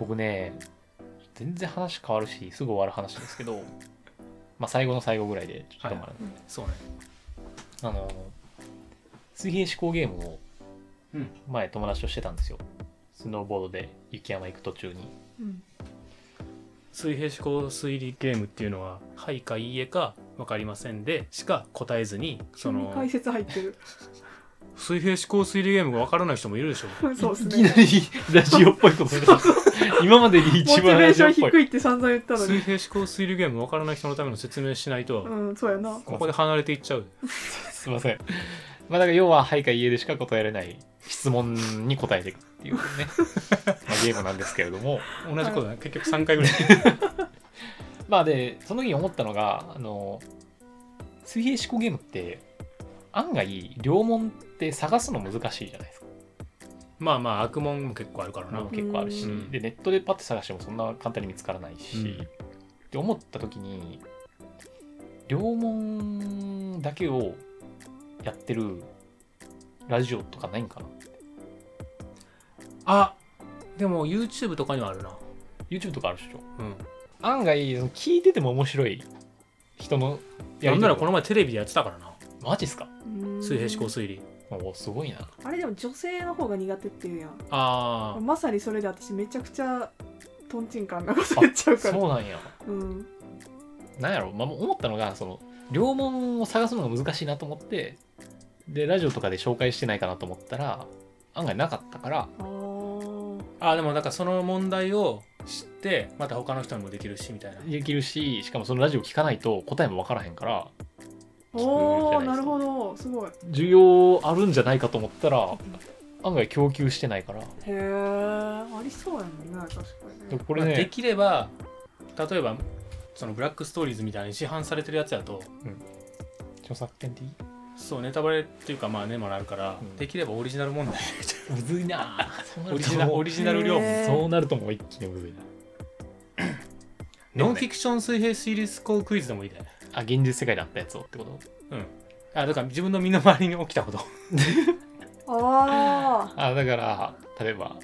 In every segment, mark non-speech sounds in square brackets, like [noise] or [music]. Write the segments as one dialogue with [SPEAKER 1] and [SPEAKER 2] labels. [SPEAKER 1] 僕ね全然話変わるしすぐ終わる話ですけ [laughs] どまあ最後の最後ぐらいでちょっと止まる、
[SPEAKER 2] そうね
[SPEAKER 1] あの水平思考ゲームを
[SPEAKER 2] うん
[SPEAKER 1] 前友達としてたんですよスノーボードで雪山行く途中に
[SPEAKER 3] うん
[SPEAKER 2] 水平思考推理ゲームっていうのは「はい」か「いいえ」か「分かりませんで」しか答えずに
[SPEAKER 3] 急
[SPEAKER 2] そ
[SPEAKER 3] に
[SPEAKER 2] の
[SPEAKER 3] 解説入ってる
[SPEAKER 2] 水平思考推理ゲームが分からない人もいるでしょ
[SPEAKER 3] [laughs] そうです
[SPEAKER 1] いきな
[SPEAKER 3] ね
[SPEAKER 1] りラジオっぽいこと言いました [laughs] 今までで
[SPEAKER 3] モチ
[SPEAKER 1] 一
[SPEAKER 3] ベ
[SPEAKER 1] 番
[SPEAKER 3] ー
[SPEAKER 1] ラ
[SPEAKER 3] シ
[SPEAKER 1] ジ
[SPEAKER 3] ョ
[SPEAKER 1] オ
[SPEAKER 3] ン
[SPEAKER 1] っぽい
[SPEAKER 3] 低いって散々言ったの
[SPEAKER 2] 水
[SPEAKER 3] に
[SPEAKER 2] 平思考推理ゲーム分からない人のための説明しないと、
[SPEAKER 3] うんそうやな
[SPEAKER 2] ここで離れていっちゃう
[SPEAKER 1] すいませんまあだから要は「はい」か「いいえ」でしか答えられない質問に答えていくっていう [laughs] ねまあゲームなんですけれども
[SPEAKER 2] 同じことだね結局3回ぐらい [laughs]
[SPEAKER 1] まあでその時に思ったのがあの水平思考ゲームって案外両門って探すの難しいじゃないですか
[SPEAKER 2] まあまあ悪問も結構あるからな、
[SPEAKER 1] のも結構あるし、
[SPEAKER 2] うん
[SPEAKER 1] でネットでパッて探してもそんな簡単に見つからないし、
[SPEAKER 2] うん
[SPEAKER 1] って思った時に両門だけをやってるラジオとかないんかな
[SPEAKER 2] あでも YouTube とかにはあるな
[SPEAKER 1] YouTube とかあるでしょ
[SPEAKER 2] うん
[SPEAKER 1] 案外その聞いてても面白い人のや
[SPEAKER 2] なん
[SPEAKER 1] りと
[SPEAKER 2] なら
[SPEAKER 1] り
[SPEAKER 2] この前テレビでやってたからな
[SPEAKER 1] マジっすか
[SPEAKER 3] うん
[SPEAKER 2] 水平思考推理
[SPEAKER 1] おすごいな
[SPEAKER 3] あれでも女性の方が苦手っていうやん
[SPEAKER 2] あ
[SPEAKER 3] まさにそれで私めちゃくちゃとんちんかんなこと言っちゃうから
[SPEAKER 1] そうなんや
[SPEAKER 3] うん
[SPEAKER 1] なんやろ、まあ、思ったのがその両門を探すのが難しいなと思ってでラジオとかで紹介してないかなと思ったら案外なかったから
[SPEAKER 3] あー
[SPEAKER 2] ーあーでもなんかその問題を知ってまた他の人にもできるしみたいな
[SPEAKER 1] できるししかもそのラジオ聞かないと答えも分からへんから
[SPEAKER 3] お
[SPEAKER 1] 聞く
[SPEAKER 3] ー
[SPEAKER 1] じゃないですか
[SPEAKER 3] なるほどすごい
[SPEAKER 1] 需要あるんじゃないかと思ったら案外供給してないから
[SPEAKER 3] へえありそうやもんね確かに
[SPEAKER 1] で
[SPEAKER 3] ね
[SPEAKER 1] これ
[SPEAKER 2] まあで
[SPEAKER 1] ね
[SPEAKER 2] きれば例えばそのブラックストーリーズみたいに市販されてるやつやと
[SPEAKER 1] 著作権っていい
[SPEAKER 2] そうネタバレっていうかまあネもなるから、
[SPEAKER 1] うん
[SPEAKER 2] できればオリジナル問題
[SPEAKER 1] [laughs] むずいなそうな
[SPEAKER 2] オ
[SPEAKER 1] る
[SPEAKER 2] リ
[SPEAKER 1] と
[SPEAKER 2] ジナル
[SPEAKER 1] も
[SPEAKER 2] オ
[SPEAKER 1] う
[SPEAKER 2] リジナル料
[SPEAKER 3] へ
[SPEAKER 2] 本
[SPEAKER 3] ー
[SPEAKER 1] そうなるともう一気にむずいな
[SPEAKER 2] ノンフィクション水平推理スコークイズでもいいだよね
[SPEAKER 1] あ現実世界であったやつをってこと
[SPEAKER 2] あだから自分の身の回りに起きた
[SPEAKER 1] [laughs]
[SPEAKER 2] こと
[SPEAKER 3] ああ
[SPEAKER 1] あだから例え [laughs] ば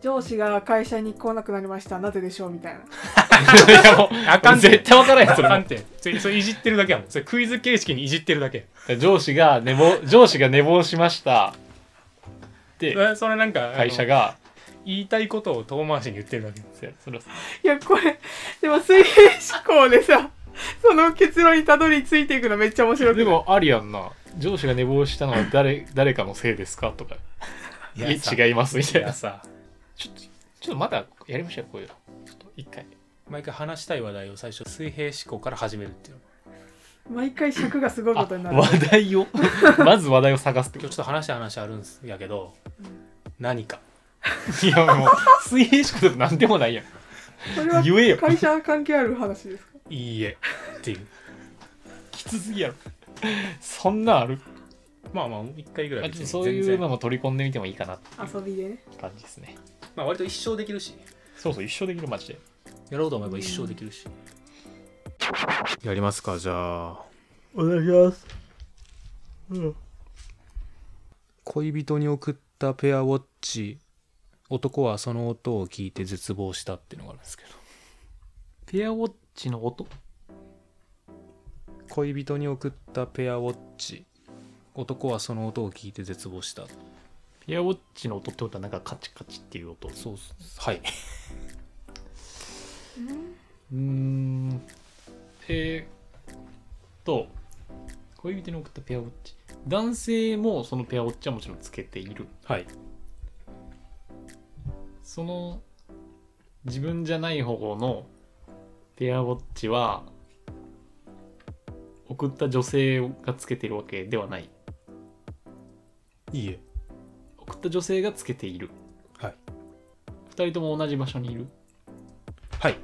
[SPEAKER 3] 上司が会社に来なくなりましたなぜでしょうみたいない
[SPEAKER 1] やもう
[SPEAKER 2] あかんて
[SPEAKER 1] 絶対分からへん [laughs]
[SPEAKER 2] あ
[SPEAKER 1] それ
[SPEAKER 2] か
[SPEAKER 1] も
[SPEAKER 2] んてそれそれいじってるだけやもんそれクイズ形式にいじってるだけ
[SPEAKER 1] 上司が寝坊上司が寝坊しましたで
[SPEAKER 2] それそれなんかあの
[SPEAKER 1] 会社が
[SPEAKER 2] 言いたいことを遠回しに言ってるだけ
[SPEAKER 1] そそれ
[SPEAKER 3] いやこれでも水平思考でさ [laughs] その結論にたどり着いていくのめっちゃ面白く
[SPEAKER 1] でもありやんな上司が寝坊したのは誰誰かのせいですかとかいや
[SPEAKER 2] さ
[SPEAKER 1] 違いますみたい
[SPEAKER 2] い
[SPEAKER 1] な
[SPEAKER 2] や
[SPEAKER 1] ち
[SPEAKER 2] さ
[SPEAKER 1] ょっとちょっとまだやりましょうよこういうのちょっと一回
[SPEAKER 2] 毎回話したい話題を最初水平思考から始めるっていう
[SPEAKER 3] 毎回尺がすごい
[SPEAKER 1] あ
[SPEAKER 3] ことになる
[SPEAKER 1] 話題 [laughs] をまず話題を探すって
[SPEAKER 2] 今
[SPEAKER 1] こ
[SPEAKER 2] 日ちょっと話したい話あるんすやけど、何か
[SPEAKER 1] といやもう水平思考でも何でもないやん
[SPEAKER 3] それは
[SPEAKER 1] 言えよ
[SPEAKER 3] 会社関係ある話ですか
[SPEAKER 2] いいえって [laughs] いう
[SPEAKER 1] きつすぎやろそんなんある
[SPEAKER 2] まあまあ一回ぐら
[SPEAKER 1] ま
[SPEAKER 2] い
[SPEAKER 1] あ
[SPEAKER 2] 別
[SPEAKER 1] ちょっ
[SPEAKER 2] に
[SPEAKER 1] とそういうのも取り込んでみてもいいかなっていう
[SPEAKER 3] 遊びでね
[SPEAKER 1] 感じですね
[SPEAKER 2] まあ割と一生できるし
[SPEAKER 1] そうそう一生できるマジで
[SPEAKER 2] やろうと思えば一生できるし、やりますかじゃあ
[SPEAKER 1] お願いします
[SPEAKER 2] 恋人に送ったペアウォッチ男はその音を聞いて絶望したっていうのがあるんですけど
[SPEAKER 1] ペアウォッチの音
[SPEAKER 2] 恋人に送ったペアウォッチ男はその音を聞いて絶望した
[SPEAKER 1] ペアウォッチの音ってことはなんかカチカチっていう音う
[SPEAKER 2] そうっすはい
[SPEAKER 1] ーんえーっと恋人に送ったペアウォッチ男性もそのペアウォッチはもちろんつけている
[SPEAKER 2] はい
[SPEAKER 1] その自分じゃない方のペアウォッチは送った女性がつけているわけではない
[SPEAKER 2] いいえ
[SPEAKER 1] 送った女性がつけている
[SPEAKER 2] はい
[SPEAKER 1] 2人とも同じ場所にいる
[SPEAKER 2] はい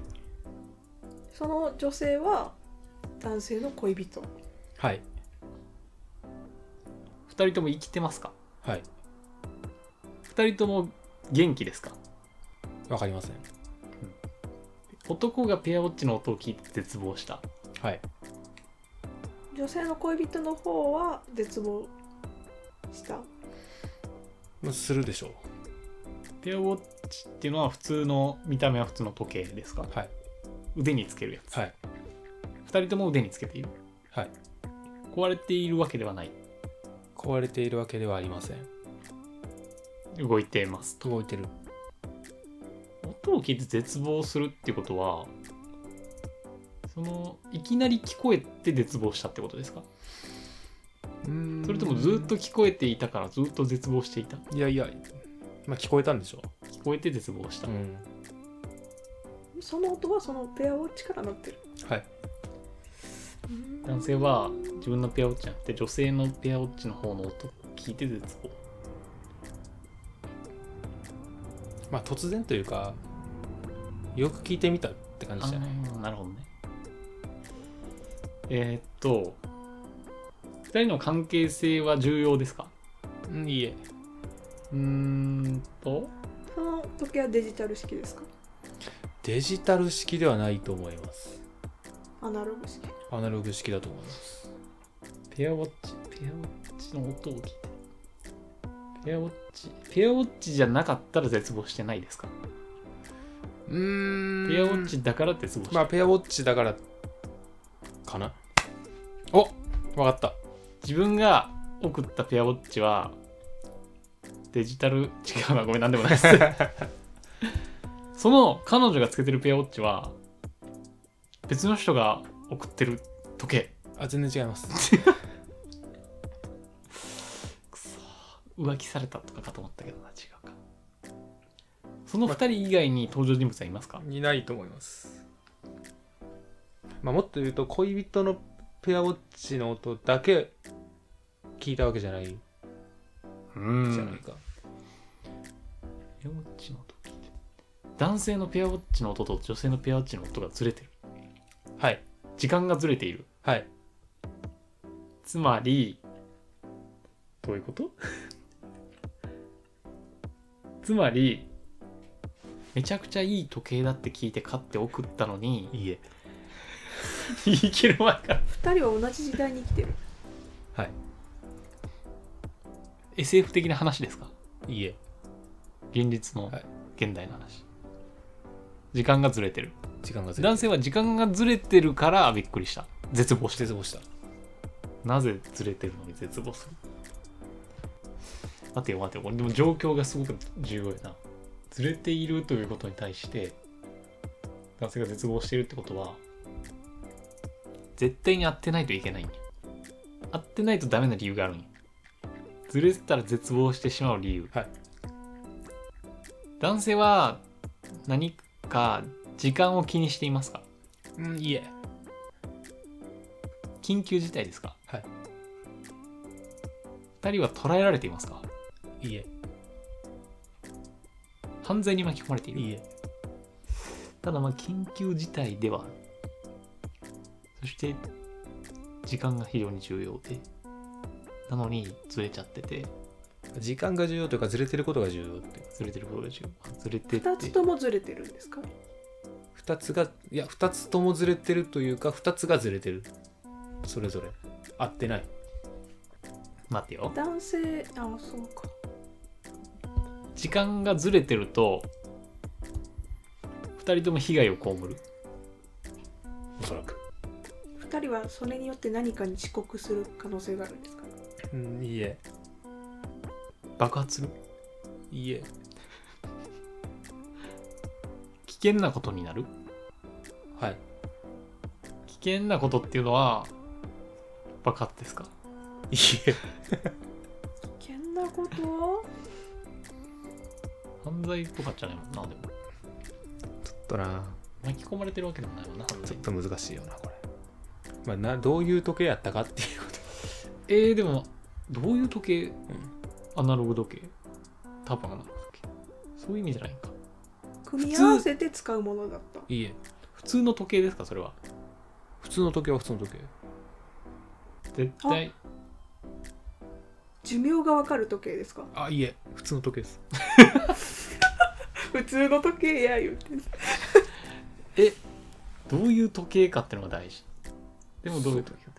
[SPEAKER 3] その女性は男性の恋人
[SPEAKER 2] はい
[SPEAKER 1] 2人とも生きてますか
[SPEAKER 2] はい
[SPEAKER 1] 2人とも元気ですか
[SPEAKER 2] わかりません
[SPEAKER 1] 男がペアウォッチの音を聞いて絶望した
[SPEAKER 2] はい
[SPEAKER 3] 女性の恋人の方は絶望した
[SPEAKER 2] するでしょう
[SPEAKER 1] ペアウォッチっていうのは普通の見た目は普通の時計ですか
[SPEAKER 2] はい
[SPEAKER 1] 腕につけるやつ、
[SPEAKER 2] はい
[SPEAKER 1] 2人とも腕につけている
[SPEAKER 2] はい
[SPEAKER 1] 壊れているわけではない
[SPEAKER 2] 壊れているわけではありません
[SPEAKER 1] 動いています
[SPEAKER 2] 動いてる
[SPEAKER 1] 音を聞いて絶望するってことはそのいきなり聞こえて絶望したってことですかそれともずっと聞こえていたからずっと絶望していた
[SPEAKER 2] いやいやまあ聞こえたんでしょ
[SPEAKER 1] 聞こえて絶望した、
[SPEAKER 2] ん
[SPEAKER 3] その音はそのペアウォッチから鳴ってる
[SPEAKER 2] はい
[SPEAKER 1] 男性は自分のペアウォッチじゃなくて女性のペアウォッチの方の音を聞いて絶望
[SPEAKER 2] まあ突然というかよく聞いてみたって感じじゃない
[SPEAKER 1] あーなるほどねえーっと2人の関係性は重要ですか
[SPEAKER 2] うんいいえ
[SPEAKER 1] うーんと
[SPEAKER 3] その時計はデジタル式ですか
[SPEAKER 2] デジタル式ではないと思います
[SPEAKER 3] アナログ式
[SPEAKER 2] アナログ式だと思います
[SPEAKER 1] ペアウォッチペアウォッチの音を聞いてペアウォッチペアウォッチじゃなかったら絶望してないですか
[SPEAKER 2] うーん
[SPEAKER 1] ペアウォッチだから絶望して
[SPEAKER 2] ま
[SPEAKER 1] る
[SPEAKER 2] あペアウォッチだからかなおわかった
[SPEAKER 1] 自分が送ったペアウォッチはデジタル違うなごめんなんでもないです [laughs] その彼女がつけてるペアウォッチは別の人が送ってる時計
[SPEAKER 2] あ全然違います
[SPEAKER 1] くそ浮気されたとかかと思ったけどな違うかその2人以外に登場人物はいますか
[SPEAKER 2] いないと思いますまあもっと言うと恋人のペアウォッチの音だけ聞いたわけじゃないじ
[SPEAKER 1] う
[SPEAKER 2] ゃ
[SPEAKER 1] ん
[SPEAKER 2] ないか、
[SPEAKER 1] ペアウォッチの音聞いて男性のペアウォッチの音と女性のペアウォッチの音がずれてる
[SPEAKER 2] はい
[SPEAKER 1] 時間がずれている
[SPEAKER 2] はい
[SPEAKER 1] つまりどういうこと [laughs] つまりめちゃくちゃいい時計だって聞いて買って送ったのに
[SPEAKER 2] いいえ
[SPEAKER 1] 言い切る前から [laughs]
[SPEAKER 3] 二人は同じ時代に生きてる
[SPEAKER 2] はい
[SPEAKER 1] SF 的な話ですか
[SPEAKER 2] いいえ
[SPEAKER 1] 現実の
[SPEAKER 2] はい
[SPEAKER 1] 現代の話時間がずれてる
[SPEAKER 2] 時間がずれて
[SPEAKER 1] 男性は時間がずれてるからびっくりした絶望して
[SPEAKER 2] 絶望した
[SPEAKER 1] なぜずれてるのに絶望する待てよ待てよ俺でも状況がすごく重要やなずれているということに対して男性が絶望しているってことは絶対に合ってないといけないんや合ってないとダメな理由があるんやずれてたら絶望してしまう理由
[SPEAKER 2] はい
[SPEAKER 1] 男性は何か時間を気にしていますか
[SPEAKER 2] うんいいえ
[SPEAKER 1] 緊急事態ですか
[SPEAKER 2] はい
[SPEAKER 1] 2人は捕らえられていますか
[SPEAKER 2] いいえ
[SPEAKER 1] 犯罪に巻き込まれている
[SPEAKER 2] いいえ
[SPEAKER 1] ただまあ緊急事態ではあるそして時間が非常に重要でなのにずれちゃってて
[SPEAKER 2] 時間が重要というかずれてることが重要って
[SPEAKER 1] ずれてることが重要ずれてて
[SPEAKER 3] 二つともずれてるんですか
[SPEAKER 2] 2つがいや2つともずれてるというか2つがずれてるそれぞれ合ってない
[SPEAKER 1] 待ってよ
[SPEAKER 3] 男性あそうか
[SPEAKER 1] 時間がずれてると2人とも被害を被る
[SPEAKER 2] おそらく
[SPEAKER 3] 二人はそれによって何かに遅刻する可能性があるんですか
[SPEAKER 2] うんいいえ
[SPEAKER 1] 爆発する
[SPEAKER 2] いいえ
[SPEAKER 1] 危険なことになる
[SPEAKER 2] はい
[SPEAKER 1] 危険なことっていうのは爆発ですか
[SPEAKER 2] いいえ
[SPEAKER 3] 危険なこと
[SPEAKER 1] 犯罪とかじゃないもんなでも
[SPEAKER 2] ちょっとな
[SPEAKER 1] 巻き込まれてるわけでもないもんな犯
[SPEAKER 2] ち
[SPEAKER 1] 罪
[SPEAKER 2] ょっと難しいよなこれ、まあ、などういう時計やったかっていうこと
[SPEAKER 1] えー、でもどういう時計、アナログ時計多分アナログ時計そういう意味じゃないんか
[SPEAKER 3] 組み合わせて使うものだった
[SPEAKER 2] いいえ
[SPEAKER 1] 普通の時計ですかそれは
[SPEAKER 2] 普通の時計は普通の時計
[SPEAKER 1] 絶対
[SPEAKER 3] 寿命がわかる時計ですか
[SPEAKER 2] あいいえ普通の時計です
[SPEAKER 3] 普通の時計や言うてん
[SPEAKER 1] どういう時計かってのが大事でもどういう時計か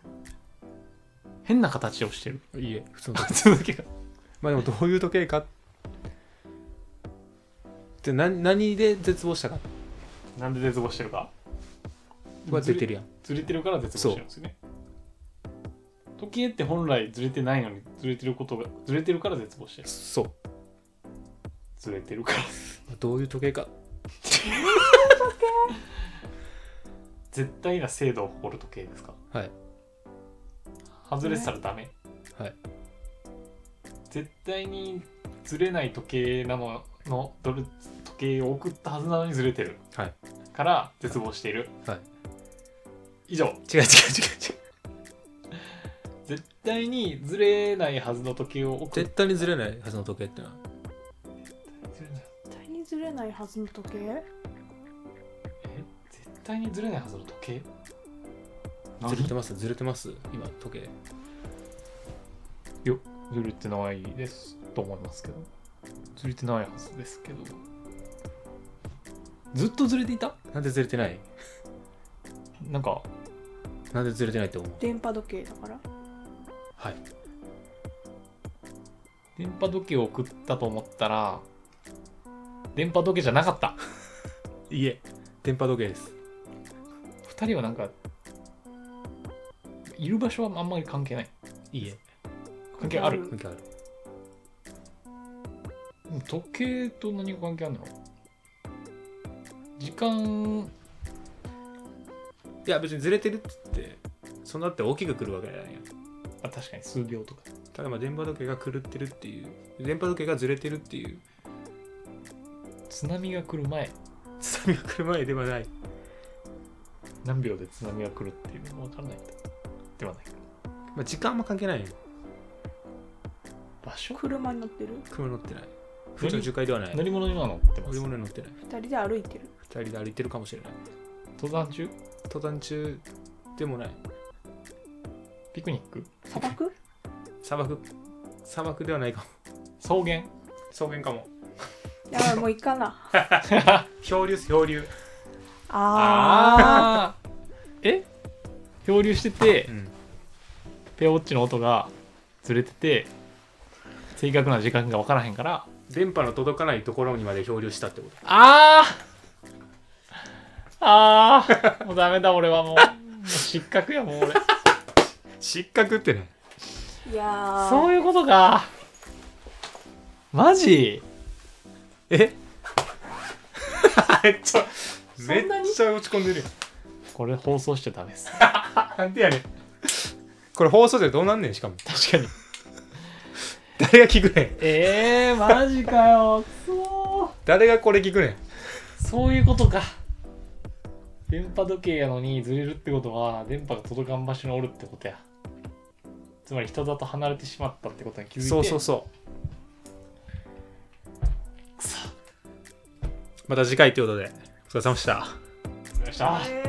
[SPEAKER 1] 変な形をしてる
[SPEAKER 2] いいえ [laughs] 普通の時計
[SPEAKER 1] 普通の時計が
[SPEAKER 2] まあでもどういう時計かじゃあ何何で絶望したか
[SPEAKER 1] なんで絶望してるか
[SPEAKER 2] は出てるやん
[SPEAKER 1] ずれてるから絶望してるんですよね時計って本来ずれてないのにずれてることがずれてるから絶望してる
[SPEAKER 2] そう
[SPEAKER 1] ずれてるから [laughs]
[SPEAKER 2] どういう時計か
[SPEAKER 1] 絶対な精度を誇る時計ですか
[SPEAKER 2] はい
[SPEAKER 1] 外れてたらダメ
[SPEAKER 2] はい
[SPEAKER 1] 絶対にずれない時計なののどれ時計を送ったはずなのにずれてる
[SPEAKER 2] はい
[SPEAKER 1] から絶望している
[SPEAKER 2] はい
[SPEAKER 1] 以上
[SPEAKER 2] 違う違う違う違う
[SPEAKER 1] 絶対にずれないはずの時計を送っ
[SPEAKER 2] 絶対にずれないはずの時計ってのは
[SPEAKER 1] ずれない
[SPEAKER 3] 絶対にずれないはずの時計
[SPEAKER 1] え絶対にずれないはずの時計
[SPEAKER 2] ずれて
[SPEAKER 1] ま
[SPEAKER 2] ますずれてます今時計
[SPEAKER 1] ずれてないですと思いますけどずれてないはずですけど
[SPEAKER 2] ずっとずれていたなんでずれてない
[SPEAKER 1] なんか
[SPEAKER 2] なんでずれてないって思う
[SPEAKER 3] 電波時計だから
[SPEAKER 2] はい
[SPEAKER 1] 電波時計を送ったと思ったら電波時計じゃなかった
[SPEAKER 2] いえ電波時計です
[SPEAKER 1] 二人はなんかいる場所はあんまり関係ない
[SPEAKER 2] いいえ
[SPEAKER 1] 関係ある
[SPEAKER 2] 関係ある
[SPEAKER 1] 時計と何が関係あるの時間
[SPEAKER 2] いや別にずれてるっつってそんなって大きく来るわけじゃないやん
[SPEAKER 1] あ確かに数秒とか
[SPEAKER 2] ただまあ電波時計が狂ってるっていう電波時計がずれてるっていう
[SPEAKER 1] 津波が来る前
[SPEAKER 2] 津波が来る前ではない
[SPEAKER 1] 何秒で津波が来るっていうの分からないんだではないか
[SPEAKER 2] まあ、時間も関係ないよ。
[SPEAKER 1] 場所
[SPEAKER 3] 車に乗ってる
[SPEAKER 2] 車乗ってない。普通の樹海ではない。
[SPEAKER 1] 乗り物には乗ってま
[SPEAKER 2] 乗り
[SPEAKER 1] す
[SPEAKER 2] 物に乗ってない。
[SPEAKER 3] 二人で歩いてる
[SPEAKER 2] 二人で歩いてるかもしれない。
[SPEAKER 1] 登山中
[SPEAKER 2] 登山中でもない。
[SPEAKER 1] ピクニック
[SPEAKER 3] 砂漠
[SPEAKER 2] 砂漠、砂漠ではないかも。
[SPEAKER 1] 草原
[SPEAKER 2] 草原かも。
[SPEAKER 3] やばいもう行かな
[SPEAKER 2] 漂流っす、漂流。
[SPEAKER 3] ああ
[SPEAKER 1] あー [laughs] え漂流してて
[SPEAKER 2] うん。
[SPEAKER 1] ペアウォッチの音がずれてて正確な時間が分からへんから
[SPEAKER 2] 電波の届かないところにまで漂流したってこと。
[SPEAKER 1] ああああもうダメだ俺はもうもう失格やもう俺
[SPEAKER 2] 失格ってね。
[SPEAKER 3] いやー
[SPEAKER 1] [laughs] そういうことかマジ
[SPEAKER 2] えめ [laughs] っちゃ、めっちゃ落ち込んでるよ。
[SPEAKER 1] これ放送しちゃダメです
[SPEAKER 2] なんでやねん。これ放送でどうなんねん、しかも。
[SPEAKER 1] 確かに
[SPEAKER 2] 誰が聞くねん。
[SPEAKER 1] えー、マジかよそ
[SPEAKER 2] 誰がこれ聞くねん。
[SPEAKER 1] うそういうことか電波時計やのにずれるってことは電波が届かん場所におるってことやつまり人里離れてしまったってことに気づいて
[SPEAKER 2] そうそうそう
[SPEAKER 1] くそ
[SPEAKER 2] また次回ということでお疲れ様でした
[SPEAKER 1] うました
[SPEAKER 3] えー